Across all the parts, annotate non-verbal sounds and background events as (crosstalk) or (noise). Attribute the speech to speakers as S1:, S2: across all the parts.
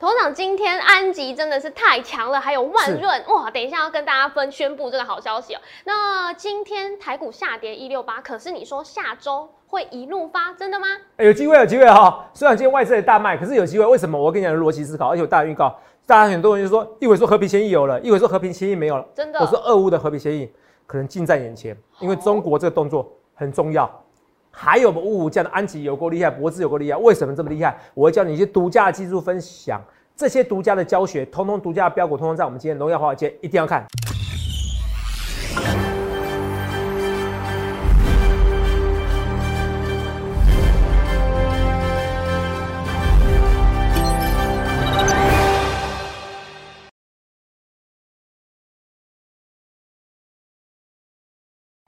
S1: 头长今天安吉真的是太强了，还有万
S2: 是
S1: 润哇！等一下要跟大家分宣布这个好消息哦。那今天台股下跌一六八，可是你说下周会一路发，真的吗？
S2: 哎有机会，有机会哈、虽然今天外资也大卖，可是有机会。为什么？我跟你讲逻辑思考，而且我大胆预告，大家很多人就说，一会说和平协议有了，一会说和平协议没有了。
S1: 真的哦
S2: 我说俄乌的和平协议可能近在眼前，因为中国这个动作很重要。还有我们五五这样的安吉有够厉害，博智有够厉害，为什么这么厉害？我会教你一些独家的技术分享，这些独家的教学，通通独家的标股，通通在我们今天荣耀华尔街一定要看。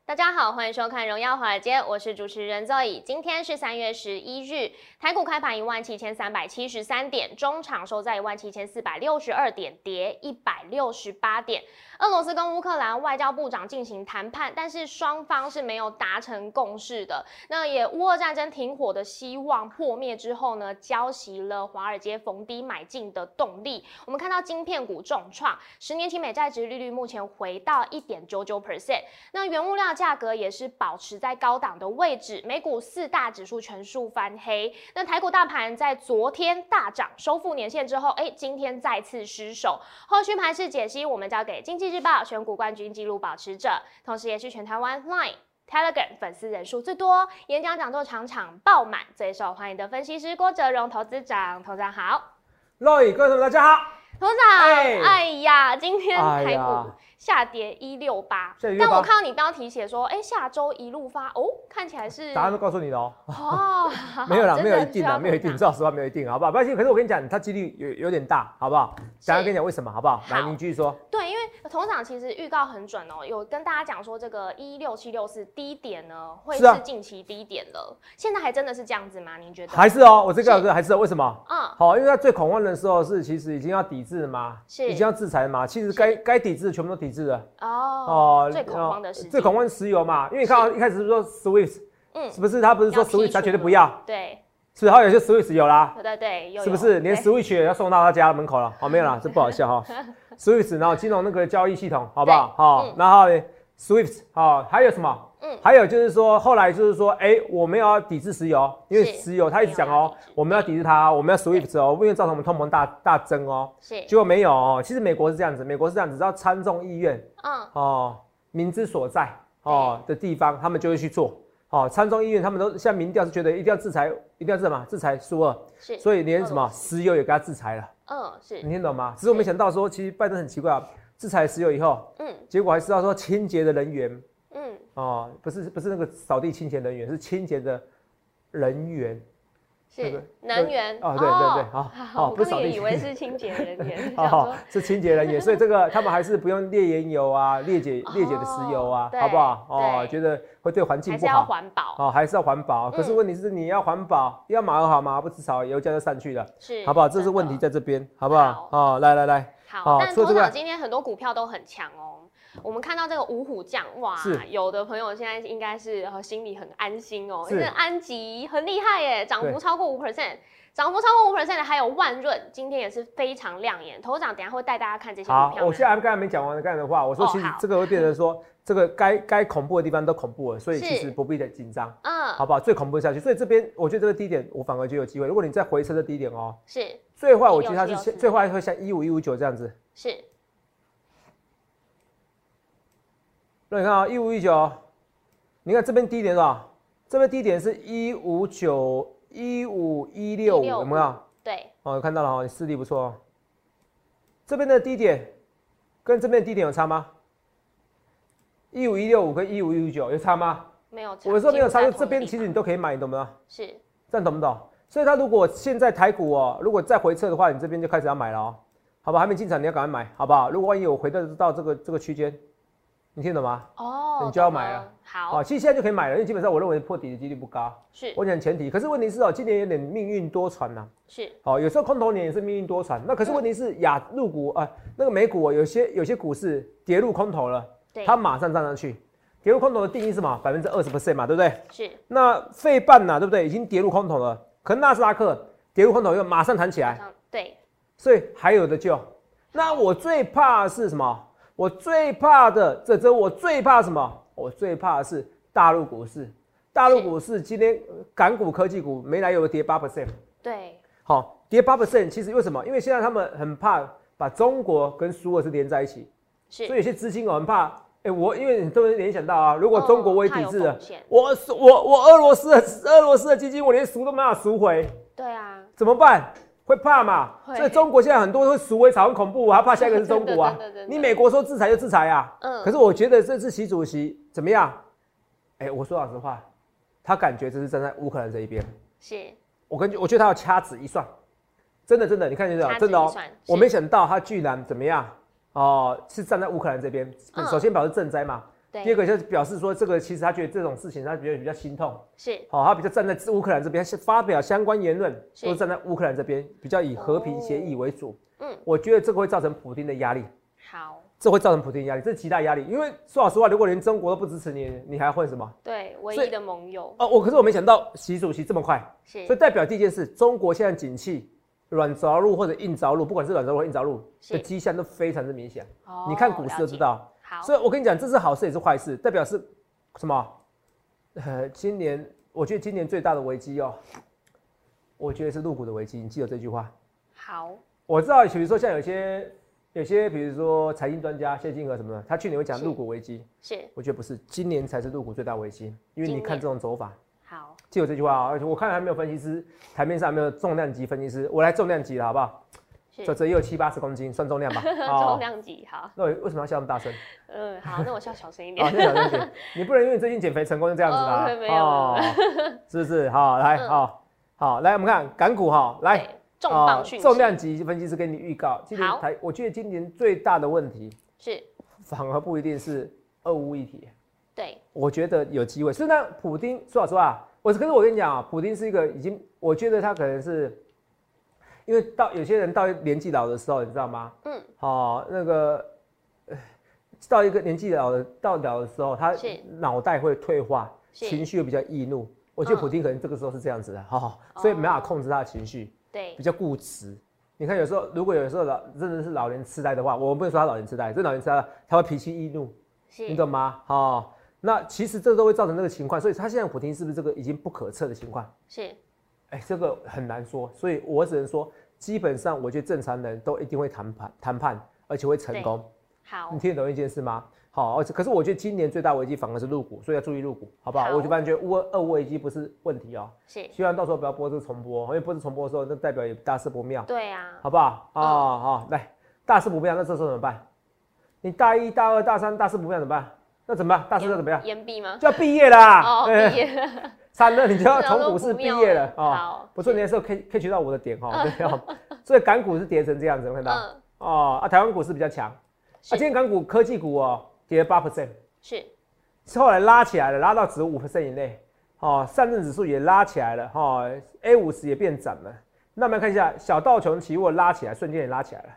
S1: 大家好，欢迎收看《荣耀华尔街》，我是主持人 Zoe。今天是三月十一日，台股开盘一万七千三百七十三点，中场收在一万七千四百六十二点，跌一百六十八点。俄罗斯跟乌克兰外交部长进行谈判，但是双方是没有达成共识的。那也乌俄战争停火的希望破灭之后呢，浇熄了华尔街逢低买进的动力。我们看到晶片股重创，十年期美债值利率目前回到一点九九 percent。那原物料价格也是保持在高档的位置，美股四大指数全数翻黑。那台股大盘在昨天大涨收复年线之后，哎，今天再次失守。后续盘势解析，我们交给经济日报选股冠军纪录保持者，同时也是全台湾 Line。Telegram 粉丝人数最多，演讲讲座场场爆满，最受欢迎的分析师郭哲荣投资长，投资长好。
S2: 各位观众大家好，
S1: 头长，
S2: 哎
S1: 哎呀，今天
S2: 哎
S1: 台股
S2: 呀
S1: 下跌一六八
S2: 下跌，168
S1: 但我看到你标题写说，哎、下周一路发，哦，看起来是
S2: 答案都告诉你了哦。
S1: 哦，
S2: 没有啦，
S1: 真
S2: 没有一
S1: 需
S2: 定
S1: 要
S2: 啦，没有一
S1: 头
S2: 定，
S1: 长
S2: 说实话没有一定，好不好？不要紧，可是我跟你讲，它几率有有点大，好不好？
S1: 是
S2: 等下跟你讲为什么，好不好？来，
S1: 好
S2: 你继续说。
S1: 对，因为头长其实预告很准哦，有跟大家讲说这个一六七六四低点呢，会
S2: 是啊
S1: 是近期低点了，现在还真的是这样子吗？您觉得？
S2: 还是哦，我这个
S1: 是
S2: 还是哦为什么？
S1: 嗯，
S2: 好，因为它最恐慌的时候是其实已经要抵制嘛，
S1: 是
S2: 已经要制裁嘛，其实该该抵制的全部都抵制了。
S1: 哦，最恐慌的时
S2: 哦
S1: 机，
S2: 最恐慌是石油嘛，因为你看哦一开始是说 Swift，
S1: 嗯，
S2: 是不是？他不是说
S1: 要剔
S2: Swift 他
S1: 除
S2: 绝对
S1: 了
S2: 不要，
S1: 对，
S2: 是，后有些 Swift 有啦，
S1: 对对对，又
S2: 是不
S1: 有
S2: 是？连
S1: 对
S2: Switch 也要送到他家门口了？好，没
S1: (laughs)
S2: 有啦，这不好笑哈。Switch，然后金融那个交易系统，好不好？好
S1: 嗯，
S2: 然后呢 Swift，好，还有什么？
S1: 嗯
S2: 还有就是说，后来就是说，哎，我们要抵制石油，因为
S1: 是
S2: 石油他一直讲
S1: 没有要啊
S2: 哦
S1: 抵制，
S2: 我们要抵制它，我们要 Swift 哦，不然会造成我们通膨大大增哦。
S1: 是，
S2: 结果没有哦，其实美国是这样子，美国是这样子，只要参众议院
S1: 嗯，
S2: 哦，民之所在哦的地方，他们就会去做。哦，参众议院他们都现在民调是觉得一定要制裁，一定要什么制裁苏俄，
S1: 是，
S2: 所以连什
S1: 俄
S2: 么
S1: 罗斯
S2: 石油也给他制裁了，
S1: 嗯，是，
S2: 你听懂吗？只是我没想到说，其实拜登很奇怪啊，制裁石油以后，
S1: 嗯
S2: 结果还知道说清洁的人员
S1: 嗯，
S2: 哦，不是不是那个扫地清洁人员，是清洁的人员对不
S1: 是
S2: 对
S1: 能源
S2: 哦，对对对，，好
S1: (laughs)
S2: 好，
S1: 我
S2: 哦不
S1: 刚
S2: 是
S1: 刚
S2: 扫地
S1: 也
S2: 清
S1: 以
S2: (laughs)
S1: 为是清洁人员，想
S2: 哦
S1: 说，
S2: 是清洁
S1: (laughs)
S2: 人员，所以这个他们还是不用炼盐油啊，裂解
S1: 哦
S2: 裂解的石油啊，
S1: 对
S2: 好不好？哦
S1: 对，
S2: 觉得会对环境
S1: 还
S2: 不
S1: 是要
S2: 好。
S1: 环保，
S2: 哦，还是要环保，可是
S1: 嗯
S2: 问题是你要环保，要马儿好，马儿不吃草，油价就上去了，
S1: 是
S2: 好不好？这
S1: 真
S2: 是
S1: 的
S2: 问题在这边，好不好？哦，来来来，
S1: 好，
S2: 好
S1: 但
S2: 除了
S1: 头
S2: 这个
S1: 场今天很多股票都很强哦。我们看到这个五虎将，哇
S2: 是，
S1: 有的朋友现在应该是呃心里很安心哦，
S2: 是
S1: 因为安吉很厉害耶，涨幅
S2: 对
S1: 超过五 percent，涨幅超过五 percent 的还有万润，今天也是非常亮眼。头长等一下会带大家看这些股
S2: 好，
S1: 票
S2: 我
S1: 呢
S2: 现。在刚才没讲完刚才的话，我说
S1: 哦
S2: 其实
S1: 好
S2: 这个会变
S1: (laughs)
S2: 成说，这个该该恐怖的地方都恐怖了，所以
S1: 是
S2: 其实不必太紧张，
S1: 嗯，
S2: 好不好？最恐怖的下去，所以这边我觉得这个低点，我反而就有机会。如果你再回撤这低点哦，
S1: 是
S2: 最坏我觉得它是
S1: 16
S2: 像
S1: 是
S2: 最坏会像一五一五九这样子。
S1: 是，
S2: 那你看啊，一五一九，你看这边低点是吧？这边低点是一五九一五一六五，有没有？
S1: 对，
S2: 哦，有看到了哦，你视力不错哦。这边的低点跟这边的低点有差吗？一五一六五跟一五一五九有差吗？
S1: 没有差。
S2: 我说没有差，
S1: 几
S2: 就
S1: 乎在同一个
S2: 这边
S1: 地
S2: 其实
S1: 方
S2: 你都可以买，你懂吗？
S1: 是
S2: 这样懂不懂？所以它如果现在台股哦，如果再回撤的话，你这边就开始要买了哦，好吧？还没进场你要赶快买，好不好？如果万一我回撤到这个这个区间，你听懂吗？
S1: 哦，
S2: 你就要
S1: 懂
S2: 买了。
S1: 好
S2: 好，，其实现在就可以买了，因为基本上我认为破底的几率不高。
S1: 是
S2: 我讲前提，可是问题是哦，今年有点命运多舛啊呐、
S1: 是，
S2: 好、有时候空头年也是命运多舛。那可是问题是亚入股啊、呃那个美股、哦、有些有些股市跌入空头了，
S1: 对，
S2: 它马上站上去。跌入空头的定义是什么？百分之二十 percent 嘛，对不对？
S1: 是
S2: 那费半呐、对不对？已经跌入空头了，可能纳斯达克跌入空头又马上弹起
S1: 好
S2: 来，
S1: 像对，
S2: 所以还有的救。那我最怕是什么？我最怕的这周我最怕什么？我最怕的是大陆股市。大陆股市今天呃港股、科技股没来由的跌八 percent，
S1: 对，
S2: 好，跌八 percent。其实为什么？因为现在他们很怕把中国跟苏俄是连在一起，所以
S1: 是
S2: 有些资金哦很怕。哎、我因为你都能联想到啊，如果中国我也抵制
S1: 哦怕有
S2: 了，
S1: 风险
S2: 我我我俄罗斯的俄罗斯的基金我连赎都没法赎回，
S1: 对啊，
S2: 怎么办？会怕嘛？
S1: 会
S2: 所以中国现在很多会赎回草，很恐怖、啊，还怕下一个是中国啊
S1: (laughs) 真的真的真？的
S2: 你美国说制裁就制裁啊。
S1: 嗯
S2: 可是我觉得这次习主席怎么样？哎、我说老实话，他感觉这是站在乌克兰这一边。
S1: 是
S2: 我跟我觉得他要掐指一算，真的真的，你看见没有
S1: 掐？指
S2: 真的
S1: 一
S2: 哦
S1: 算，是
S2: 我没想到他居然怎么样哦、是站在乌克兰这边。
S1: 嗯
S2: 首先表示赈灾嘛，
S1: 对，
S2: 第二个就是表示说这个其实他觉得这种事情他觉得比较心痛。哦
S1: 是
S2: 好、他比较站在乌克兰这边，是发表相关言论，
S1: 是
S2: 都是站在乌克兰这边，比较以和平协议为主。
S1: 嗯
S2: 我觉得这个会造成普丁的压力，
S1: 好，
S2: 这会造成普丁的压力，这是极大压力。因为说老实话，如果连中国都不支持你，你还混什么？
S1: 对，唯
S2: 所以
S1: 一的盟友
S2: 哦，我可是我没想到习主席这么快，
S1: 是
S2: 所以代表第一件事，中国现在景气软着陆或者硬着陆，不管是软着陆或硬着陆
S1: 是
S2: 的迹象都非常之明显。
S1: 哦
S2: 你看股市就知。
S1: 了
S2: 道。
S1: 解好，
S2: 所以我跟你讲，这是好事也是坏事，代表是什么？呃，今年我觉得今年最大的危机哦，我觉得是入股的危机。你记得这句话？
S1: 好，
S2: 我知道，比如说像有些有些，比如说财经专家谢金河什么的，他去年会讲
S1: 是
S2: 入股危机，
S1: 是
S2: 我觉得不是，今年才是入股最大危机，因为
S1: 今
S2: 你看
S1: 年
S2: 这种走法。
S1: 好，
S2: 记得这句话啊、而且我看还没有分析师，台面上还没有重量级分析师，我来重量级了好不好？
S1: 是
S2: 这这也有七八十公斤，算
S1: (laughs)
S2: 重量吧。哦
S1: 重量级，好，
S2: 那我为什么要笑那
S1: (laughs)
S2: 么大声？
S1: 嗯，好，那我需要小声一
S2: 啊，
S1: 点。
S2: 那小声点，你不能因为最近减肥成功就这样子
S1: 哦
S2: 啦
S1: 没有没有，
S2: 是不是？好，来，
S1: 嗯
S2: 好，好，来，我们看港股哈，来，
S1: 对，重
S2: 哦
S1: 磅讯息，
S2: 重量级分析师给你预告，今
S1: 好
S2: 年台，我觉得今年最大的问题
S1: 是
S2: 反而不一定是俄乌议题，
S1: 对，
S2: 我觉得有机会。虽然普丁说老实话，我可是我跟你讲啊，普丁是一个已经，我觉得他可能是，因为到有些人到年纪老的时候，你知道吗？
S1: 嗯，
S2: 哦，那个，呃到一个年纪老的到老的时候，他
S1: 是
S2: 脑袋会退化，
S1: 是
S2: 情绪会比较易怒。我觉得
S1: 嗯
S2: 普丁可能这个时候是这样子的，哈、哦，所以没办法控制他的情绪，
S1: 对
S2: 比，较固执。你看，有时候如果有时候老真的是老年痴呆的话，我们不能说他老年痴呆，这老年痴呆他会脾气易怒，
S1: 是
S2: 你懂吗？哦，那其实这都会造成这个情况，所以他现在普丁是不是这个已经不可测的情况？
S1: 是
S2: 哎，这个很难说，所以我只能说，基本上我觉得正常人都一定会谈判谈判，而且会成功。
S1: 好
S2: 你，听得懂一件事吗？好，而且可是我觉得今年最大危机反而是入股，所以要注意入股，好不好？
S1: 好
S2: 我就感觉乌俄乌危机不是问题哦，
S1: 是，
S2: 希望到时候不要播这个重播，因为播这重播的时候，那代表也大事不妙，
S1: 对啊，
S2: 好不好？啊、哦、好、来，大事不妙，那这时候怎么办？你大一、大二、大三，大事不妙怎么办？那怎么办？大四要怎么样？
S1: 岩壁吗？
S2: 就要毕业啦！
S1: 哦，
S2: 对 (laughs)
S1: 毕业了，
S2: 惨了，你就要
S1: 这样
S2: 从
S1: 都
S2: 股市
S1: 不
S2: 毕
S1: 妙
S2: 业
S1: 了
S2: 了啊！
S1: 好，
S2: 不错，你那时候 K K 取到我的点哈，对哦， (laughs) 所以港股是跌成这样子，有没有看到？
S1: 嗯，
S2: 哦啊，台湾股市比较强，啊，今
S1: 是
S2: 天港股科技股哦跌了八 percent，
S1: 是，
S2: 是后来拉起来了，拉到只五 percent 以内，哦，上证指数也拉起来了，哈、a 五十也变涨了。那我们看一下小道琼期货拉起来，瞬间也拉起来了，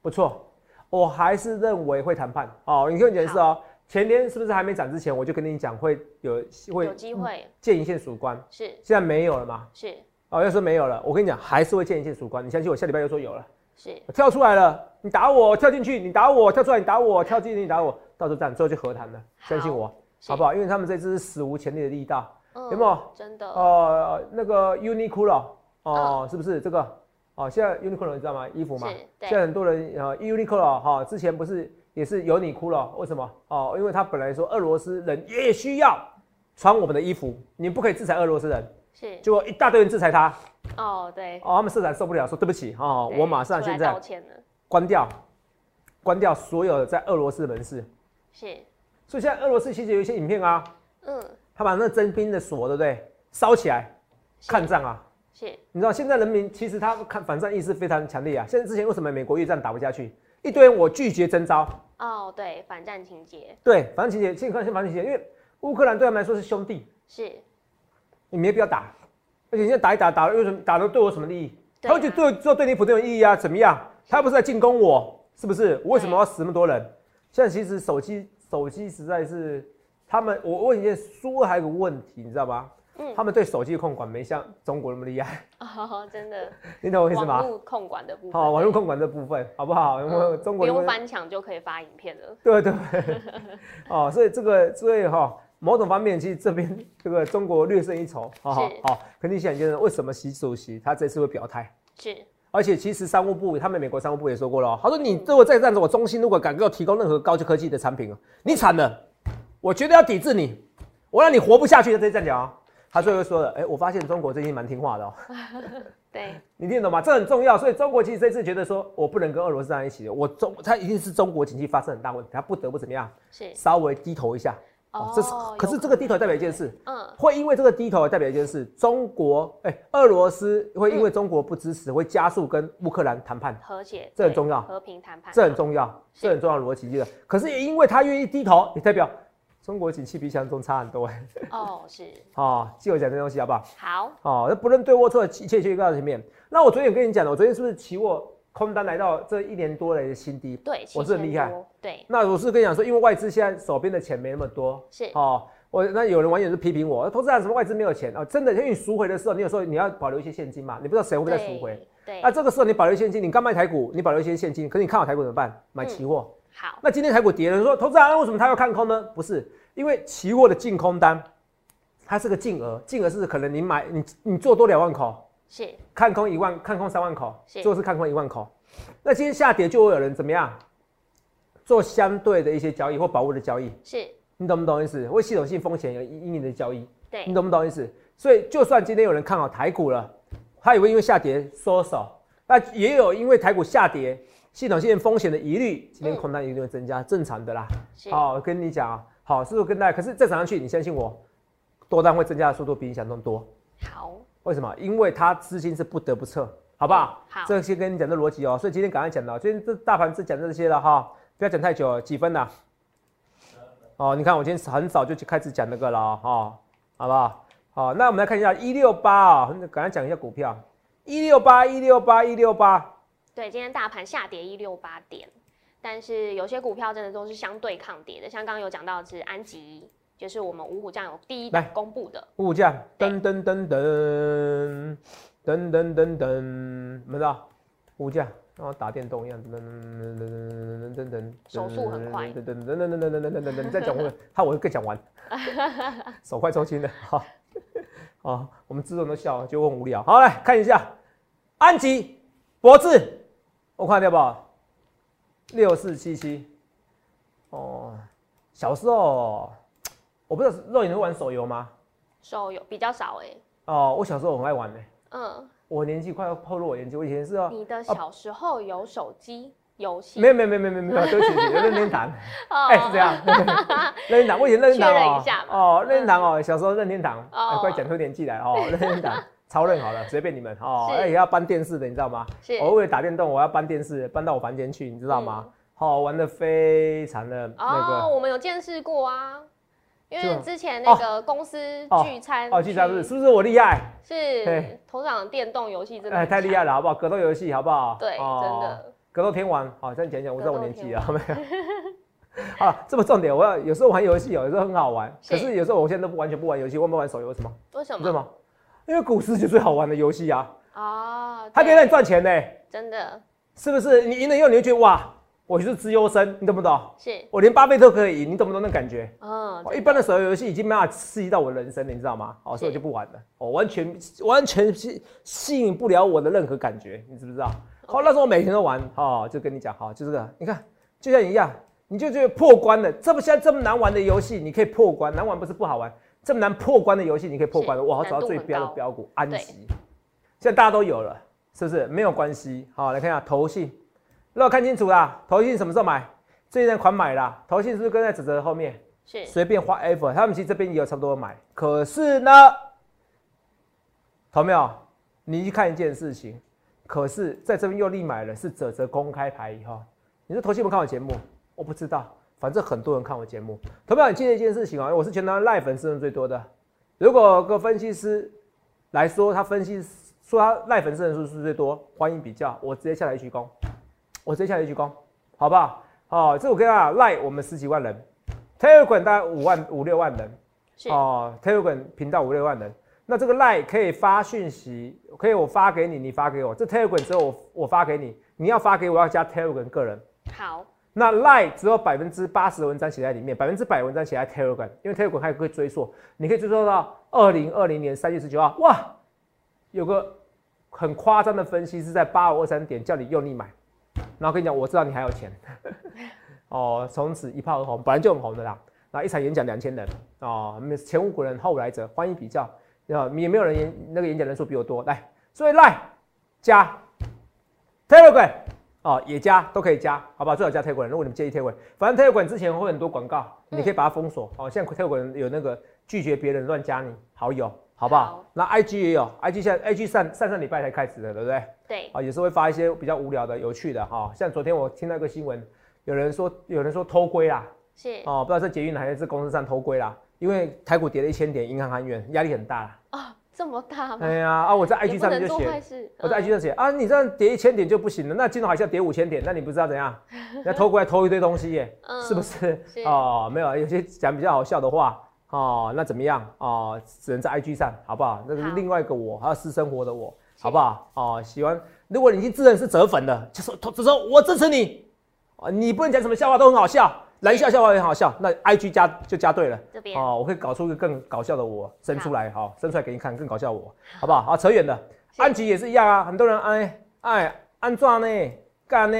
S2: 不错，我还是认为会谈判哦。你跟我讲的是哦，前天是不是还没涨之前，我就跟你讲会有会嗯
S1: 有机会，
S2: 见一线曙光，
S1: 是
S2: 现在没有了嘛？
S1: 是
S2: 哦，要说没有了，我跟你讲，还是会见一线曙光。你相信我，下礼拜又说有了，
S1: 是，
S2: 我跳出来了，你打我，跳进去，你打我，跳出来，你打我，跳进去，你打我，到时候这样，最后就和谈了，相信我，
S1: 是
S2: 好不好？因为他们这次是史无前例的力道，
S1: 有
S2: 有没有？
S1: 真的，
S2: 呃，那个 Uniqlo 哦、是不是这个？哦，现在 Uniqlo 你知道吗？衣服嘛，
S1: 嗯是，
S2: 现在
S1: 对，
S2: 很多人呃 Uniqlo 哈、之前不是也是有你哭了，为什么？哦，因为他本来说俄罗斯人也需要穿我们的衣服，你不可以制裁俄罗斯人，
S1: 是，
S2: 结果一大堆人制裁他。
S1: 哦，对，
S2: 哦，他们社长受不了，说对不起哦，
S1: 对
S2: 我马上
S1: 出来
S2: 现在
S1: 道歉了，
S2: 关掉，关掉所有的在俄罗斯的门市。
S1: 是，
S2: 所以现在俄罗斯其实有一些影片啊，
S1: 嗯，
S2: 他把那征兵的锁，对不对？烧起来
S1: 是
S2: 抗战啊！
S1: 是
S2: 你知道现在人民其实他看反战意识非常强烈啊。现在之前为什么美国越战打不下去？一堆人我拒绝征召，
S1: 哦，对，反战情节
S2: 对反正情节，先看先反正情节，因为乌克兰对他们来说是兄弟，
S1: 是，
S2: 你没必要打，而且你现在打一打打了有什么打了对我什么利益？
S1: 对
S2: 他
S1: 啊
S2: 会觉得对做对你普通有意义啊？怎么样？他又不是在进攻我，是不是？我为什么
S1: 对
S2: 要死那么多人？现在其实手机手机实在是他们，我问一件苏俄还有个问题，你知道吧？
S1: 嗯
S2: 他们对手机的控管没像中国那么厉害， (laughs)
S1: 哦，真的，
S2: 你懂我意思
S1: 网
S2: 吗？
S1: 络控管的部分，
S2: 好，哦网络控管这部分好不好？有没有
S1: 嗯
S2: 中
S1: 不
S2: 国有没
S1: 用
S2: 有
S1: 翻墙就可以发影片了。
S2: (laughs) 对对哦，所以这个所以哈、某种方面其实这边这个中国略胜一筹，好好
S1: 是
S2: 好。可你想一件事，为什么习主席他这次会表态？
S1: 是，
S2: 而且其实商务部，他们美国商务部也说过了哦，他说你
S1: 嗯
S2: 如果再这样子，我中兴如果敢给我提供任何高科技的产品哦，你惨了，我绝对要抵制你，我让你活不下去。他直接这样讲哦，他最后说了，哎、我发现中国最近蛮听话的哦， (laughs)
S1: 对，
S2: 你听得懂吗？这很重要，所以中国其实这次觉得说我不能跟俄罗斯站在一起，我中他一定是中国经济发生很大问题，他不得不怎么样，
S1: 是，
S2: 稍微低头一下。哦，这是可是
S1: 有
S2: 这个低头代表一件事，
S1: 嗯，
S2: 会因为这个低头代表一件事，中国哎、俄罗斯会因为中国不支持，会加速跟乌克兰谈判。
S1: 和解，
S2: 这很
S1: 对
S2: 重要
S1: 和平谈判，
S2: 这很重要，
S1: 嗯是
S2: 这很重要的逻辑记得。可是也因为他愿意低头，也代表中国景气比想象中差很多哎。
S1: 哦，是，
S2: 哦，记得我讲这东西好不好？
S1: 好，
S2: 哦，那不论对或错，一切就告到前面。那我昨天有跟你讲的，我昨天是不是期货空单来到这一年多来的新低？
S1: 对，
S2: 我是很
S1: 7000
S2: 厉害
S1: 多，对，
S2: 那我是跟你讲说，因为外资现在手边的钱没那么多，
S1: 是，
S2: 哦，我那有人网友就批评我，投资人什么外资没有钱哦，真的，因为你赎回的时候，你有时候你要保留一些现金嘛，你不知道谁会不会再赎回。啊
S1: 对，对
S2: 那，这个时候你保留现金，你刚卖台股，你保留一些现金，可是你看好台股怎么办？买
S1: 嗯
S2: 期货。
S1: 好，
S2: 那今天台股跌了，你说投资人为什么他要看空呢？不是，因为期货的净空单，它是个净额，净额是可能你买你你做多两万口，
S1: 是，
S2: 看空一万，看空三万口，
S1: 是
S2: 最后是看空一万口。那今天下跌就会有人怎么样做相对的一些交易或保护的交易，
S1: 是，
S2: 你懂不懂意思？为系统性风险有阴影的交易，你
S1: 对，
S2: 懂不懂意思？所以就算今天有人看好台股了，他也会因为下跌缩手，那也有因为台股下跌。系统性风险的疑虑，今天空单一定会增加，正常的啦。
S1: 是，
S2: 好、我跟你讲啊，好，是不是跟大家？可是再涨上去，你相信我，多单会增加的速度比你想象中多。
S1: 好，
S2: 为什么？因为它资金是不得不撤，好不好？
S1: 嗯好
S2: 这些跟你讲的逻辑哦。所以今天赶快讲的哦，今天这大盘只讲这些了哈，不要讲太久，几分啦？哦，你看我今天很早就开始讲那个了哦，哦好不好？好，那我们来看一下一六八啊，赶快讲一下股票，一六八一六八一六八，
S1: 对，今天大盘下跌一六八点，但是有些股票真的都是相对抗跌的，像刚刚有讲到的是安吉，就是我们五虎将有第一
S2: 来
S1: 档公布的，
S2: 物价噔噔噔噔噔噔噔噔，怎么道？物价，然后打电动一样，噔噔噔噔噔噔噔，噔噔噔噔噔噔噔噔噔噔，再讲我，他我会更讲完，手快抽筋了，好，好，我们自动都笑，就很无聊。好，来看一下，安吉、博智，我看到不？六四七七，哦，小时候我不知道肉眼会玩手游吗？
S1: 手游比较少哎、
S2: 哦，我小时候很爱玩呢、
S1: 嗯，
S2: 我年纪快要透露我年纪，我以前是哦，
S1: 你的小时候有手机游戏？
S2: 没有没有没有没有没有，对不起，有任
S1: (laughs)
S2: 天堂，
S1: 哦
S2: 哎、是这样， (laughs) 任天堂，我以前任天堂
S1: 确认
S2: 哦
S1: 一下，嘛
S2: 哦，任天堂哦，小时候任天堂，
S1: 哦
S2: 哎，快讲出年纪来哦，任天堂。超任好了，随便你们哦。
S1: 是
S2: 哎，也要搬电视的，你知道吗？
S1: 是嗯
S2: 我为了打电动，我要搬电视，搬到我房间去，你知道吗？好、玩的非常的那个。
S1: 哦，我们有见识过啊，因
S2: 是
S1: 为
S2: 吗
S1: 之前那个公司
S2: 哦
S1: 聚餐
S2: 哦，记得
S1: 区
S2: 是是不是我厉害？
S1: 是
S2: 嘿
S1: 头长电动游戏真的
S2: 哎，太厉害
S1: 了，
S2: 了，好不好？格斗游戏好不好？
S1: 对，
S2: 哦
S1: 真的
S2: 格斗天王，好，这样讲一讲，我知道我
S1: 格斗
S2: 年
S1: 天
S2: 纪了，没有。 (laughs) 好，这不重点。我要有时候玩游戏哦，有时候很好玩，
S1: 是
S2: 可是有时候我现在都不完全不玩游戏，我们玩手游，为什么？
S1: 为什
S2: 你知道
S1: 么
S2: 吗？因为股市就是最好玩的游戏啊，
S1: 啊？
S2: 它可以
S1: 对
S2: 让你赚钱呢，
S1: 真的
S2: 是不是？你赢了以后，你会觉得哇，我就是资优生，你懂不懂？
S1: 是
S2: 我连巴菲特可以赢，你懂不懂那感觉？
S1: 嗯
S2: 哦一般的手游游戏已经没办法刺激到我的人生了，你知道吗？哦，所以
S1: 是
S2: 我就不玩了，哦，完全完全吸吸引不了我的任何感觉，你知不知道？哦，那时候我每天都玩，哦，就跟你讲，好、就这个，你看，就像你一样，你就觉得破关了，这么现在这么难玩的游戏，你可以破关，难玩不是不好玩，这么难破关的游戏，你可以破关了，
S1: 是
S2: 哇，我找
S1: 难
S2: 到
S1: 度
S2: 最
S1: 很
S2: 标的
S1: 高
S2: 标股安
S1: 对
S2: 吉，现在大家都有了，是不是？没有关系，好、来看一下投信，那我看清楚啦，投信什么时候买？最近在款买啦，投信是不是跟在指责后面？
S1: 是
S2: 随便花 F，他们其实这边也有差不多买，可是呢，投没有？你去看一件事情，可是在这边又立买了，是泽泽公开牌以后，你说投信不看我节目？我不知道，反正很多人看我节目。投票，你记得一件事情啊、我是全台湾赖粉丝人最多的。如果个分析师来说，他分析说他赖粉丝人数是最多，欢迎比较，我直接下来一鞠躬，我直接下来一鞠躬，好不好？好、这我跟你讲，赖我们十几万人，Telegram 大概五万五六万人
S1: 是
S2: 哦，Telegram 频道五六万人，那这个 Line 可以发讯息，可以我发给你，你发给我。这 Telegram 只有我我发给你，你要发给我要加 Telegram 个人。
S1: 好，
S2: 那 Line 只有百分之八十的文章写在里面，百分之百文章写在 Telegram，因为 Telegram 还可以追溯，你可以追溯到二零二零年三月十九号，哇，有个很夸张的分析是在八五二三点叫你用力买，然后跟你讲我知道你还有钱， (laughs) 哦，从此一炮而红，本来就很红的啦，然后一场演讲两千人，哦，前无古人后无来者，欢迎比较，啊，也没有人演那个演讲人数比我多，来，所以 Line 加 Telegram。哦，也加都可以加，好不好？最好加 Telegram。如果你们介意 Telegram，反正 Telegram 之前会很多广告，
S1: 嗯
S2: 你可以把它封锁。哦，现在 Telegram 有那个拒绝别人乱加你好友，好不好？
S1: 好
S2: 那 IG 也有，IG 现在 IG 上上上礼拜才开始的，对不对？啊、
S1: 对，
S2: 有时候会发一些比较无聊的、有趣的哈、像昨天我听到一个新闻，有人说有人说偷龟啦，
S1: 是
S2: 哦，不知道在捷运还是公司上偷龟啦，因为台股跌了一千点，银行含元压力很大啦。
S1: 哦，这么大吗
S2: 哎？呀，啊，我在
S1: 也
S2: IG
S1: 不
S2: 上面
S1: 能
S2: 就
S1: 做
S2: 写。
S1: 坏事，
S2: 我在
S1: 嗯
S2: IG 上写啊，你这样跌一千点就不行了，那金融海啸跌五千点，那你不知道怎样？
S1: (laughs)
S2: 人家偷过来偷一堆东西耶，
S1: 嗯
S2: 是不是
S1: 是？
S2: 哦，没有，有些讲比较好笑的话哦，那怎么样？哦，只能在 IG 上，好不好？那是
S1: 好
S2: 另外一个我，还有私生活的我，
S1: 是
S2: 好不好？哦，喜欢，如果你已经自认是折粉了，就说就说我支持你，啊，你不能讲什么笑话都很好笑，蓝笑笑话也很好笑，那 IG 加就加对了。
S1: 这边
S2: 哦，我会搞出一个更搞笑的我生出来，好、生出来给你看，更搞笑我，好不好？好，扯远了。
S1: 是
S2: 安吉也是一样啊，很多人哎哎安壮呢，干呢，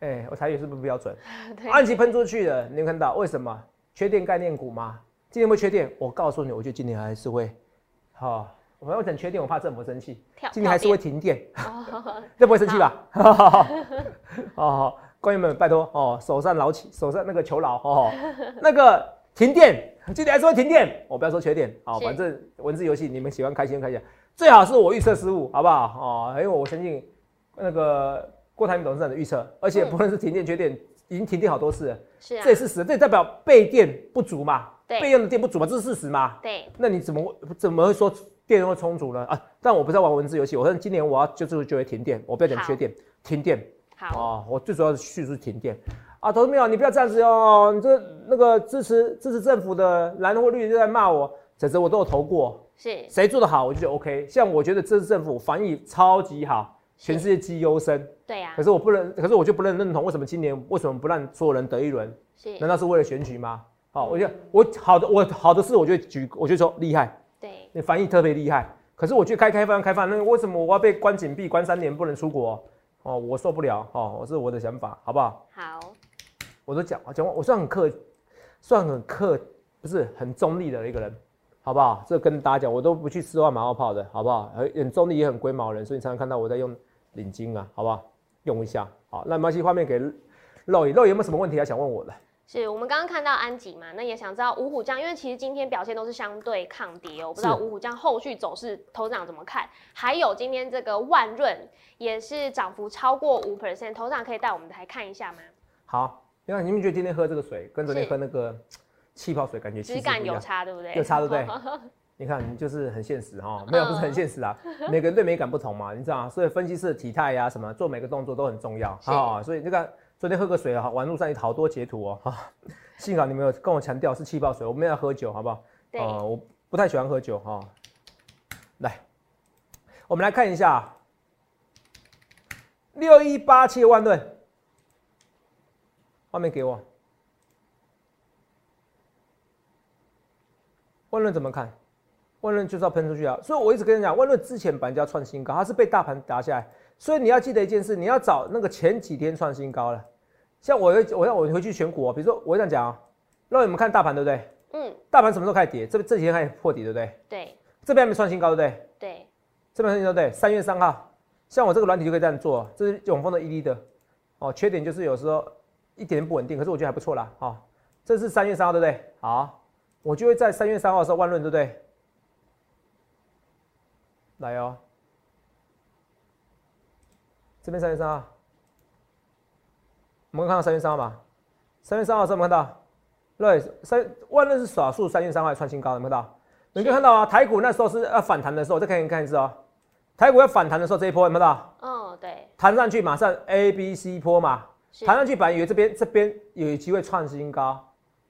S2: 哎、我台语是不是不标准？
S1: 对
S2: 安吉喷出去了，你有看到为什么？缺电概念股吗？今年会缺电？我告诉你，我觉得今年还是会，好、我要讲缺电，我怕政府生气，
S1: 跳，
S2: 今年还是会停电，
S1: 哦
S2: (laughs) 这不会生气吧？哦，官员们拜托哦，手上劳起，手上那个求饶
S1: (laughs)
S2: 哦，那个停电，今天还是会停电，我、不要说缺点哦，
S1: 是
S2: 反正文字游戏你们喜欢开心就开心，最好是我预测失误，好不好？哦，因为我相信那个郭台铭董事长的预测，而且
S1: 嗯
S2: 不论是停电缺电，已经停电好多次了，
S1: 是啊
S2: 这也，是事实，这也代表备电不足嘛，
S1: 对
S2: 备用的电不足嘛，这是事实嘛，
S1: 对，
S2: 那你怎么会怎么会说电会充足呢？啊，但我不是在玩文字游戏，我说今年我要就就是就会停电，我不要讲缺电，停电
S1: 好，
S2: 哦，我最主要的叙述停电啊，投资朋友你不要这样子哦，你这那个支持支持政府的蓝或绿就在骂我，这这我都有投过，
S1: 是
S2: 谁做的好我就觉得 OK，像我觉得这次政府防疫超级好，全世界绩优生，
S1: 对啊呀
S2: 可，是我不能，可是我就不能认同为什么今年为什么不让所有人得一轮？
S1: 是
S2: 难，道是为了选举吗？好、我就我好的我好的事我就举我就说厉害。
S1: 对，
S2: 你防疫特别厉害。可是我去开开放开放，那为什么我要被关紧闭关三年不能出国？哦，我受不了哦，我是我的想法，好不好？
S1: 好，
S2: 我都讲讲完，我算很客，算很客，不是很中立的一个人，好不好？这跟大家讲，我都不去吃外马后炮的，好不好？很很中立也很龟毛的人，所以你常常看到我在用领巾啊，好不好？用一下，好，那没关系，画面给肉爷，肉爷有没有什么问题要想问我的？
S1: 是我们刚刚看到安吉嘛，那也想知道五虎将，因为其实今天表现都是相对抗跌哦，我不知道
S2: 是
S1: 五虎将后续走势头涨怎么看？还有今天这个万润也是涨幅超过五 percent，头涨可以带我们来看一下吗？
S2: 好，你看你们觉得今天喝这个水跟昨天
S1: 是
S2: 喝那个气泡水感觉气
S1: 质
S2: 质不
S1: 感
S2: 一
S1: 有
S2: 样？
S1: 差，对不对？嗯
S2: 有差对不对？你看，你就是很现实哈、没有不是很现实啊，每个人对美感不同嘛，你知道啊，所以分析师的体态啊呀、什么做每个动作都很重要啊、
S1: 是
S2: 所以那个昨天喝个水啊，网络上有好多截图哦、哈，幸好你们有跟我强调是气泡水，我们要喝酒好不好？
S1: (laughs) 对，
S2: 啊我不太喜欢喝酒哈、来，我们来看一下六一八七万吨，画面给我。万润怎么看？万润就是要喷出去啊！所以我一直跟你讲，万润之前本来就要创新高，它是被大盘打下来。所以你要记得一件事，你要找那个前几天创新高了。像我有，我让我回去选股、哦，比如说我这样讲啊、让你们看大盘对不对？
S1: 嗯，
S2: 大盘什么时候开始跌？这这几天开始破底，对不对？
S1: 对
S2: 这边还没创新高，对不对？
S1: 对，
S2: 这边创新高，对不对。三月三号，像我这个软体就可以这样做，这是永丰的 ED 的，哦，缺点就是有时候一点不稳定，可是我觉得还不错啦，哦，这是三月三号，对不对？好，我就会在三月三号的时候万润，对不对？来哦，这边三月三号，我们看到三月三号吧？三月三号的时候有没有看到？对，三万润是少数三月三号还创新高，有没有看到？你可以看到啊，台股那时候是要反弹的时候，再看一看一次哦。台股要反弹的时候，这一波有没有看到？
S1: 嗯对，
S2: 弹上去马上 A、B、C 波嘛，
S1: 是
S2: 弹上去本来以为这边这边有机会创新高，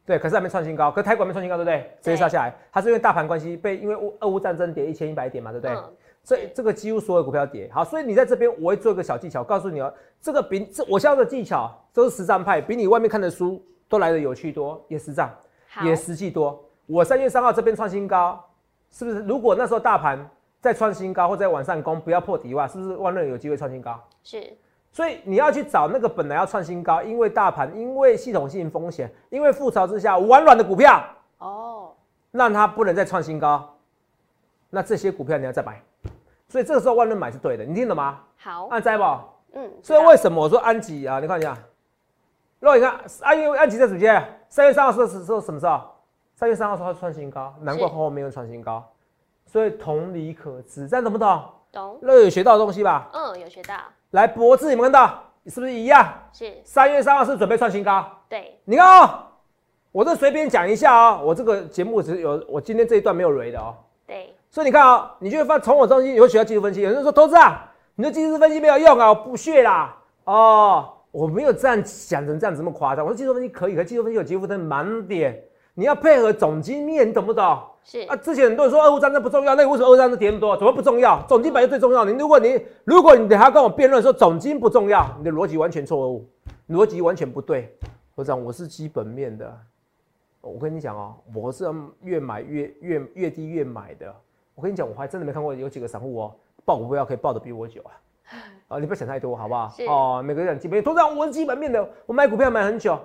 S2: 对，可是还没创新高，可是台股还没创新高，对不对？直接杀下来，它是因为大盘关系被因为乌俄乌战争跌一千一百点嘛，对不对？
S1: 嗯
S2: 所以这个几乎所有股票跌。好，所以你在这边我会做一个小技巧，告诉你哦，这个比这我教的技巧都是实战派，比你外面看的书都来的有趣多，也实战，
S1: 好，
S2: 也实际多。我三月三号这边创新高，是不是？如果那时候大盘再创新高或再往上攻，不要破底的话，是不是万润有机会创新高？
S1: 是
S2: 所以你要去找那个本来要创新高，因为大盘，因为系统性风险，因为覆巢之下玩软的股票，
S1: 哦，
S2: 让它不能再创新高，那这些股票你要再买。所以这个时候万润买是对的，你听懂吗？
S1: 好，
S2: 按摘吧。
S1: 嗯，
S2: 啊所以
S1: 知道
S2: 为什么我说安吉啊？你看一下，如果你看安吉安吉在什么阶？三月三号是是是什么时候？三月三号说它创新高，难怪
S1: 是
S2: 后面又创新高。所以同理可知，这样懂不懂？
S1: 懂，
S2: 那有学到的东西吧？
S1: 嗯，有学到，
S2: 来，博智有没有看到？是不是一样？
S1: 是
S2: 三月三号是准备创新高，
S1: 对，
S2: 你看哦，我这随便讲一下哦，我这个节目只有我今天这一段没有雷的哦，
S1: 对，
S2: 所以你看哦，你就会发从我中心有学到技术分析，有人说投资啊，你的技术分析没有用啊，我不屑啦，哦，我没有这样想成这样子这么夸张，我说技术分析可以，可技术分析有技术分析盲点，你要配合总经面，你懂不懂？
S1: 是
S2: 啊，之前很多人说俄乌战争不重要，那你为什么俄乌战争跌那么多？怎么不重要？总经本来就最重要。你如果你如果你等下跟我辩论说总经不重要，你的逻辑完全错误，逻辑完全不对。我讲我是基本面的，我跟你讲哦，我是越买越越越低越买的。我跟你讲，我还真的没看过有几个散户哦，报股票可以报的比我久啊。啊，你不要想太多，好不好
S1: 是？
S2: 哦，每个人讲基本面，通常我是基本面的，我买股票买很久。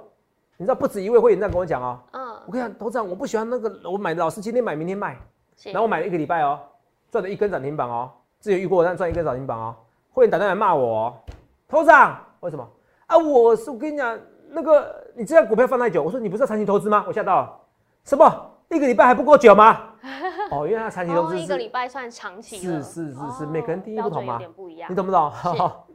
S2: 你知道不止一位会员这样跟我讲哦，
S1: 嗯
S2: 我跟你讲，头长，我不喜欢那个，我买的老是今天买明天卖，
S1: 是，
S2: 然后我买了一个礼拜哦，赚了一根涨停板哦，自己遇过，但赚一根涨停板哦，会员打电话来骂我、哦，头长，为什么？啊，我是我跟你讲，那个你这样股票放太久，我说你不是要长期投资吗？我吓到了，什么一个礼拜还不够
S1: (laughs)
S2: 久吗？哦，因为他长期投
S1: 哦
S2: 资
S1: 一个
S2: 是，
S1: 礼拜算长期
S2: 是
S1: 了，
S2: 是是是
S1: 哦
S2: 每个人定义
S1: 标
S2: 不同
S1: 准有
S2: 嘛
S1: 点不一样
S2: 你，懂不懂
S1: 是？
S2: (laughs)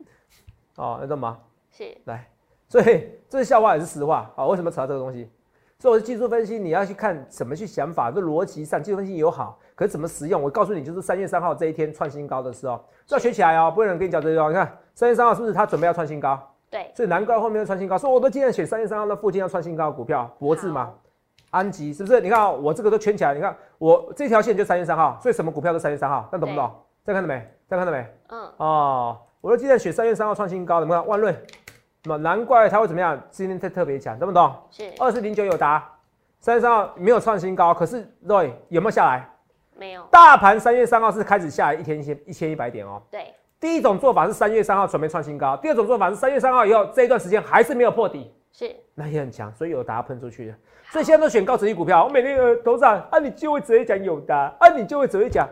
S2: 哦，你懂吗？
S1: 是
S2: 来，所以这是笑话也是实话啊。为什么扯到这个东西？所以我的技术分析，你要去看怎么去想法，这逻辑上技术分析有好，可是怎么实用？我告诉你，就是三月三号这一天创新高的时候，这要学起来哦，不然有人跟你讲这句话。你看三月三号是不是他准备要创新高？
S1: 对，
S2: 所以难怪后面要创新高。所以我都尽量选三月三号那附近要创新高的股票，博智嘛
S1: 好，
S2: 安吉是不是？你看、哦、我这个都圈起来，你看我这条线就三月三号，所以什么股票都三月三号，那懂不懂？这样看到没？这样看到没？
S1: 嗯，
S2: 哦，我都记得选三月三号创新高，怎么看？万润，那么难怪它会怎么样？今天特特别强，懂不懂？
S1: 是
S2: 二四零九有达，三月三号没有创新高，可是 Roy 有没有下来？
S1: 没有，
S2: 大盘三月三号是开始下来一天一千一千一百点哦。
S1: 对，
S2: 第一种做法是三月三号准备创新高，第二种做法是三月三号以后这一段时间还是没有破底，
S1: 是
S2: 那也很强，所以有达喷出去的。所以现在都选高值率股票，我每天呃董事长啊，你就会只会讲有达，啊你就会只会讲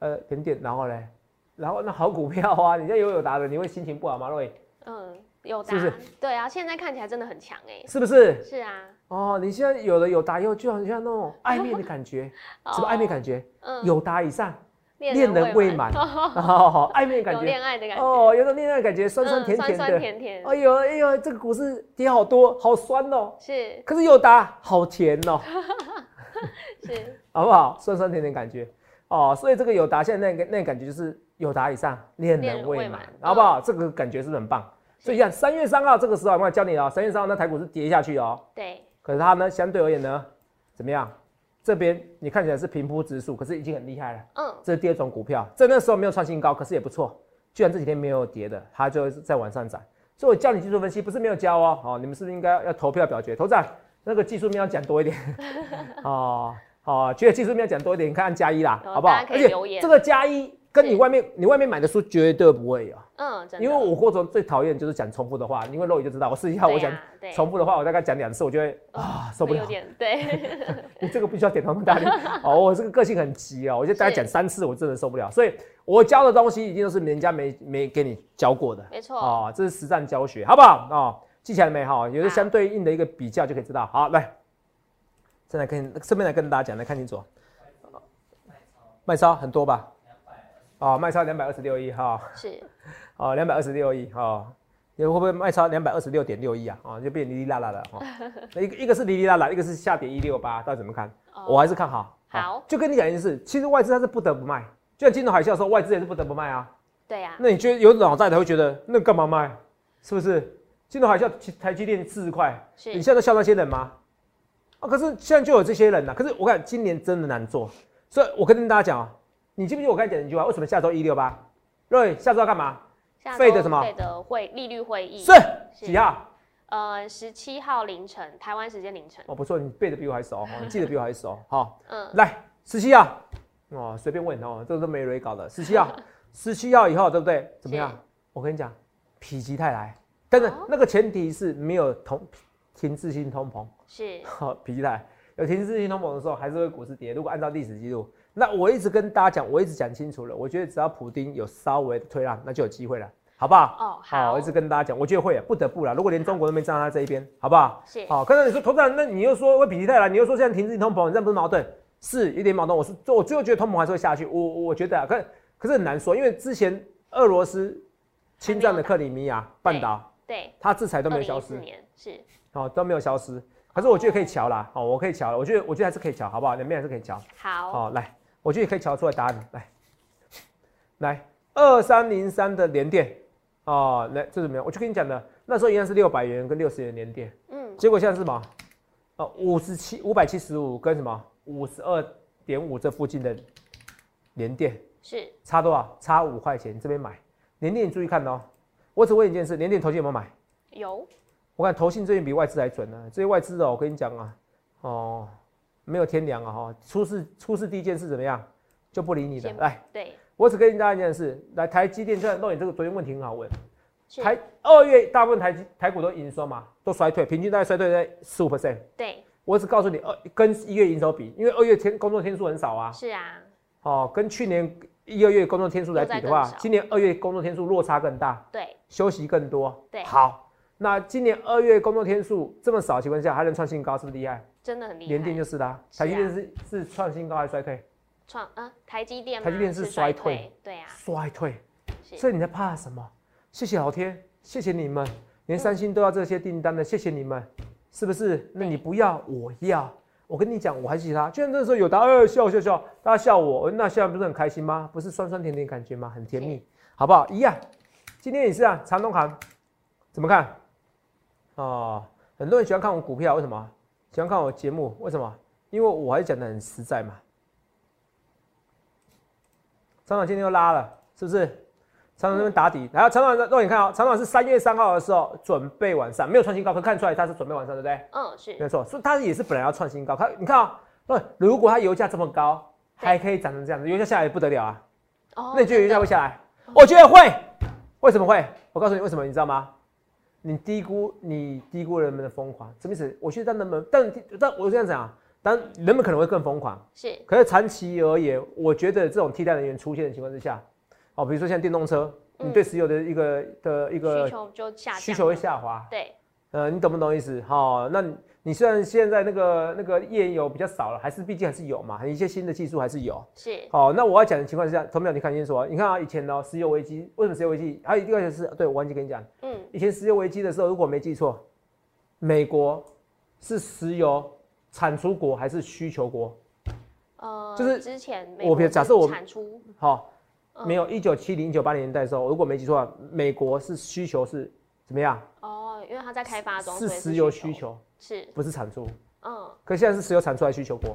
S2: 呃点点，然后嘞，然后那好股票啊，你现在有有达的，你会心情不好吗？瑞，
S1: 嗯，有
S2: 是不
S1: 答
S2: 是
S1: 案，对啊，现在看起来真的很强哎，
S2: 是不是？
S1: 是啊，
S2: 哦，你现在有了有达以后，就好像那种暧昧的感觉，什么暧昧
S1: (laughs) 哦？
S2: 感觉？
S1: 嗯，
S2: 有达以上，恋
S1: 恋
S2: 人未满， (laughs) 哦，暧昧的感
S1: 有
S2: 觉，
S1: 恋爱的感觉，
S2: 哦，有种恋爱的感觉，酸酸
S1: 嗯
S2: 甜甜
S1: 酸酸
S2: 的。
S1: 甜甜，
S2: 哎呦哎呦，这个股市跌好多，好酸哦。
S1: 是
S2: 可是有达好甜哦。
S1: 是，
S2: 好不好？酸酸甜甜感觉哦，所以这个友达现在那个那个感觉就是友达以上恋
S1: 恋
S2: 人
S1: 人
S2: 未
S1: 未
S2: 满
S1: 满，嗯
S2: 好不好？这个感觉是不是很棒？所以一样，三月三号这个时候，我教你哦，三月三号那台股是跌下去哦，
S1: 对，
S2: 可是它呢，相对而言呢，怎么样？这边你看起来是平铺直述，可是已经很厉害了。
S1: 嗯，
S2: 这是第二种股票，在那时候没有创新高，可是也不错。居然这几天没有跌的，它就在往上涨。所以我教你技术分析，不是没有教哦。哦，你们是不是应该要投票表决？头长，那个技术面要讲
S1: (laughs)
S2: 多一点。哦，好、哦，觉得技术面要讲多一点，你看按加一啦，
S1: 有
S2: 好不好
S1: 哦大家？可以留言
S2: 这个加一跟你
S1: 是
S2: 外面你外面买的书绝对不会有，
S1: 嗯，真的，
S2: 因为我过程最讨厌就是讲重复的话，因为肉眼就知道。我试一下，我
S1: 对
S2: 讲
S1: 呀对哦
S2: 重复的话，我大概讲两次，我就会啊受不
S1: 会
S2: 了
S1: 有。点
S2: (laughs)
S1: 对，
S2: 你这个必须要点头那么大力哦，我这个个性很急哦，我就大概
S1: 是
S2: 讲三次，我真的受不了。所以我教的东西一定都是人家没没给你教过的，
S1: 没错，
S2: 哦，这是实战教学，好不好？哦，记起来了没？哈、有
S1: 好
S2: 的相对应的一个比较就可以知道。好，来，再来跟顺便来跟大家讲，来看清楚哦，卖超很多吧？哦，卖超两百二十六亿哈。
S1: 是
S2: 哦，两百二十六亿哦，你会不会卖超两百二十六点六亿啊？啊、哦，就变哩哩啦啦了
S1: (laughs)
S2: 哈。那一个一个是哩哩啦啦，一个是下跌一六八，到底怎么看？
S1: 哦
S2: 我还是看好。
S1: 好
S2: 就跟你讲一件事，其实外资它是不得不卖，就像金融海啸的时候，外资也是不得不卖啊。
S1: 对呀，
S2: 那你觉得有脑袋才会觉得那干嘛卖？是不是？金融海啸，其台积电四十块，你
S1: 是
S2: 现在都笑那些人吗？啊，可是现在就有这些人呐、可是我看今年真的难做，所以我跟大家讲啊，你记不记得我刚才讲的一句话？为什么下周一六八？瑞，下周要干嘛？
S1: 下
S2: 费
S1: 周
S2: 的什么
S1: 费的会利率会议
S2: 是
S1: 嗯是
S2: 几号？
S1: 呃十七号凌晨台湾时间凌晨，
S2: 哦，不错，你背的比我还熟，哦你记得比我还熟。好，
S1: 嗯，
S2: 来十七号，哦，随便问哦，这都没蕊搞的。啊十七号，十七号以后对不对？怎么样
S1: 是？
S2: 我跟你讲，否极泰来，但是
S1: 哦
S2: 那个前提是没有同停滞性通膨。 (laughs)
S1: 是
S2: 好，否极泰来有停滞性通膨的时候，还是会股市跌。如果按照历史记录，那我一直跟大家讲，我一直讲清楚了，我觉得只要普丁有稍微的退让，那就有机会了，好不好？
S1: 哦
S2: 好，
S1: 好
S2: 我一直跟大家讲，我觉得会啊，不得不啦。如果连中国都没站在他这一边，好不好？
S1: 是
S2: 好，刚才你说投资人，那你又说会比例太来，你又说现在停止通膨，你这样不是矛盾？是有点矛盾。我是我最后觉得通膨还是会下去，我我觉得啊，可可是很难说，因为之前俄罗斯侵占了克里米亚半岛，
S1: 对，
S2: 它制裁都
S1: 二
S2: 没有
S1: 零
S2: 消
S1: 一四
S2: 失，
S1: 年是
S2: 哦，都没有消失。可是我觉得可以瞧啦，哦，我可以瞧了，我觉得我觉得还是可以瞧，好不好？两边还是可以瞧。
S1: 好，
S2: 好、来，我觉得可以瞧出来答案，来，来，二三零三的连电，哦，来，这是没有，我就跟你讲的，那时候一样是六百元跟六十元连电，
S1: 嗯
S2: 结果现在是什么？呃，五十七、五百七十五跟什么五十二点五这附近的连电，
S1: 是
S2: 差多少？差五块钱，这边买连电，你注意看哦。我只问一件事，连电投信有没有买？
S1: 有
S2: 我看投信最近比外资还准呢、这些外资哦，我跟你讲啊，哦，没有天良啊哈、出事出事第一件事怎么样？就不理你的。
S1: 先
S2: 来，
S1: 对
S2: 我只跟大家讲的是，来台积电这弄你这个昨天问题很好问，
S1: 是
S2: 台二月大部分台积台股都营收嘛，都衰退，平均大概衰退在十五 percent。
S1: 对
S2: 我只告诉你二跟一月营收比，因为二月天工作天数很少啊，
S1: 是啊
S2: 哦，跟去年一二月工作天数来比的
S1: 都在
S2: 话
S1: 更少，
S2: 今年二月工作天数落差更大。
S1: 对
S2: 休息更多。
S1: 对
S2: 好，那今年二月工作天数这么少的情况下，还能创新高，是不是厉害？
S1: 真的很厉害，
S2: 联电就是啦、
S1: 是啊
S2: 台积电是是创新高还是衰退？
S1: 创啊台积电吗
S2: 台积电是
S1: 衰
S2: 衰退
S1: 退，对啊
S2: 衰退，
S1: 是
S2: 所以你在怕什么？谢谢老天，谢谢你们，连三星都要这些订单的，谢谢你们，是不是？那你不要，我要。我跟你讲，我还记得他，就像那时候有答案笑笑笑，大家笑我，哦那现在不是很开心吗？不是酸酸甜甜感觉吗？很甜蜜，好不好？一样。今天也是啊，长隆行怎么看？哦，很多人喜欢看我股票，为什么？喜欢看我节目，为什么？因为我还是讲的很实在嘛。厂长今天又拉了，是不是？厂长这边打底，然后厂长让你看哦，厂长是三月三号的时候准备晚上没有创新高，可看出来他是准备晚上，对不对？
S1: 嗯是
S2: 没错，所以它也是本来要创新高。它你看啊、那如果它油价这么高，
S1: 对
S2: 还可以涨成这样子，油价下来也不得了啊。
S1: 哦
S2: 那你觉得油价
S1: 真的
S2: 会下来？我觉得会。为什么会？我告诉你为什么，你知道吗？你低估你低估人们的疯狂，什么意思？我觉得人们，但但我这样讲啊，当然人们可能会更疯狂，
S1: 是
S2: 可是长期而言，我觉得这种替代能源出现的情况之下，哦，比如说像电动车，
S1: 嗯
S2: 你对石油的一个的一
S1: 需
S2: 个
S1: 求就下降
S2: 需求会
S1: 了
S2: 下滑，
S1: 对
S2: 呃，你懂不懂意思？哈、哦那你你虽然现在那个那个页岩油比较少了，还是毕竟还是有嘛，一些新的技术还是有。
S1: 是
S2: 好、那我要讲的情况是这样，同秒你看清楚啊，你看啊，以前呢，石油危机，为什么石油危机？还有一个就是，对我忘记跟你讲，
S1: 嗯
S2: 以前石油危机的时候，如果我没记错，美国是石油产出国还是需求国？
S1: 呃
S2: 就是
S1: 之前美
S2: 我
S1: 国
S2: 比如
S1: 是
S2: 假设我
S1: 产出
S2: 好、
S1: 嗯
S2: 没有一九七零、一九八零年代的时候，如果没记错啊，美国是需求是怎么样？
S1: 哦，因为它在开发中
S2: 是
S1: 所以
S2: 石油需求，
S1: 是
S2: 不是产出。
S1: 嗯
S2: 可现在是石油产出还是需求国？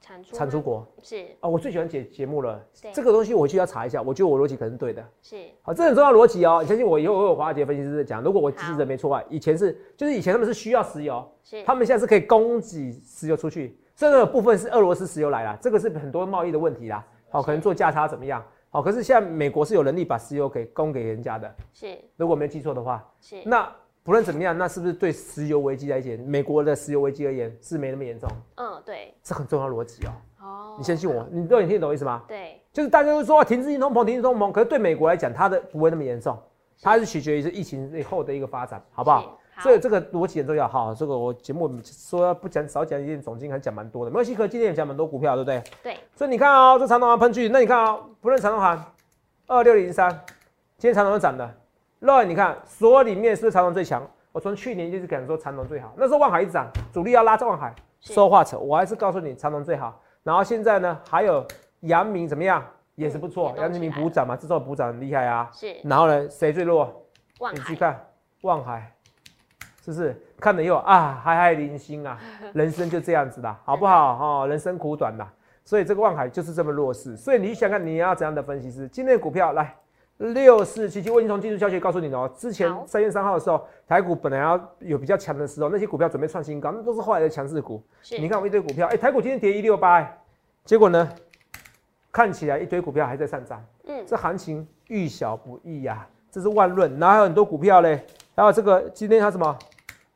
S1: 产出
S2: 产出
S1: 吗
S2: 国
S1: 是
S2: 啊，我最喜欢解节目了
S1: 对。
S2: 这个东西我回去要查一下，我觉得我逻辑可能是对的。
S1: 是
S2: 好，这很重要的逻辑哦。你相信我，以后我有华尔街分析师在讲，如果我记得没错的话，以前是就是以前他们是需要石油，
S1: 是
S2: 他们现在是可以供给石油出去，这个部分是俄罗斯石油来啦，这个是很多贸易的问题啦。好，可能做价差怎么样？好，可是现在美国是有能力把石油给供给人家的，
S1: 是
S2: 如果没记错的话，
S1: 是
S2: 那不论怎么样，那是不是对石油危机来讲，美国的石油危机而言是没那么严重？
S1: 嗯对
S2: 这很重要的逻辑哦。
S1: 哦，
S2: 你相信我，你都你听得懂我意思吗？
S1: 对
S2: 就是大家都说停滞性通膨，停滞性通膨，可是对美国来讲，它的不会那么严重，它还是取决于是疫情以后的一个发展，好不好？
S1: 是好
S2: 所以这个逻辑很重要。好，这个我节目说不讲少讲一点，总经还讲蛮多的，没关系，可今天也讲蛮多股票，对不对？
S1: 对
S2: 所以你看哦，这长隆行喷去，那你看哦，不论长隆行二六零三，今天长隆涨的，那你看所有里面是不是长隆最强？我从去年就是敢说长隆最好，那时候万海一直涨，主力要拉着万海，
S1: 是
S2: 说话扯，我还是告诉你长隆最好。然后现在呢，还有阳明怎么样，也是不
S1: 嗯，
S2: 错
S1: 也动
S2: 阳、明
S1: 起来
S2: 补涨嘛，这周补涨很厉害啊。
S1: 是
S2: 然后呢，谁最弱？
S1: 万
S2: 你
S1: 海
S2: 去看万海，是不是？看了以后啊，嗨嗨零星
S1: (laughs)
S2: 啊，人生就这样子啦，好不
S1: 嗯
S2: 好？哦，人生苦短啦，所以这个望海就是这么弱势。所以你想看你要怎样的分析师？今天的股票来六四七七，我已经从技术消息告诉你了哦。之前
S1: 好
S2: 三月三号的时候，台股本来要有比较强的时候，那些股票准备创新高，那都是后来的强势股。
S1: 是
S2: 你看我一堆股票，哎、台股今天跌一六八，哎结果呢，看起来一堆股票还在上涨。
S1: 嗯，
S2: 这行情遇小不易呀、这是万润，哪有很多股票嘞？还有这个今天它什么？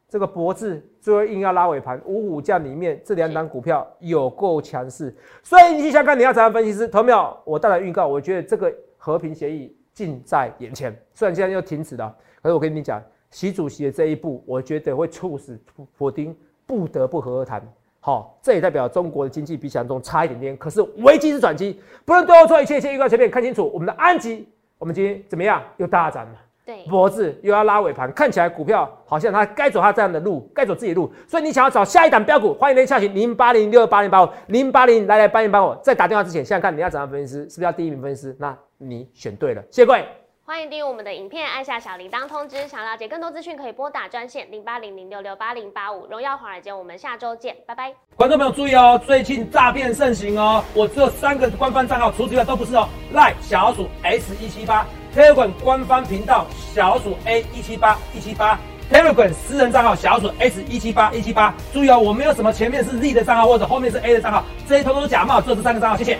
S2: 这个博智最后硬要拉尾盘，五五价里面这两档股票有够强势，所以你想看你要怎样分析师？投票，我当然预告，我觉得这个和平协议近在眼前，虽然现在又停止了，可是我跟你讲，习主席的这一步，我觉得会促使普普丁不得不和和谈。好、这也代表中国的经济比想象中差一点点，可是危机是转机，不论对后错，一切一切预告前面看清楚。我们的安吉，我们今天怎么样？又大涨了。
S1: 对，
S2: 脖子又要拉尾盘，看起来股票好像它该走它这样的路，该走自己的路。所以你想要找下一档标股，欢迎联系下询零八零六八零八五零八零来来八零八五。在打电话之前，想想看你要怎样分析师，是不是要第一名分析师？那你选对了，谢谢各位。
S1: 欢迎订阅我们的影片，按下小铃铛通知。想了解更多资讯，可以拨打专线零八零零六六八零八五。荣耀华尔街，我们下周见，拜拜。
S2: 观众朋友注意哦，最近诈骗盛行哦，我只有三个官方账号，除此之外都不是哦。赖小老鼠 S 一七八，Telegram 官方频道小老鼠 A 一七八一七八，Telegram 私人账号小老鼠 S 一七八一七八。注意哦，我没有什么前面是 Z 的账号或者后面是 A 的账号，这些通通都假冒，只有这三个账号，谢谢。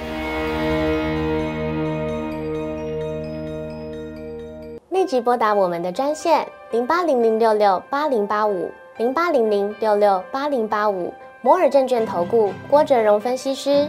S1: 立即拨打我们的专线零八零零六六八零八五零八零零六六八零八五摩尔证券投顾郭哲荣分析师。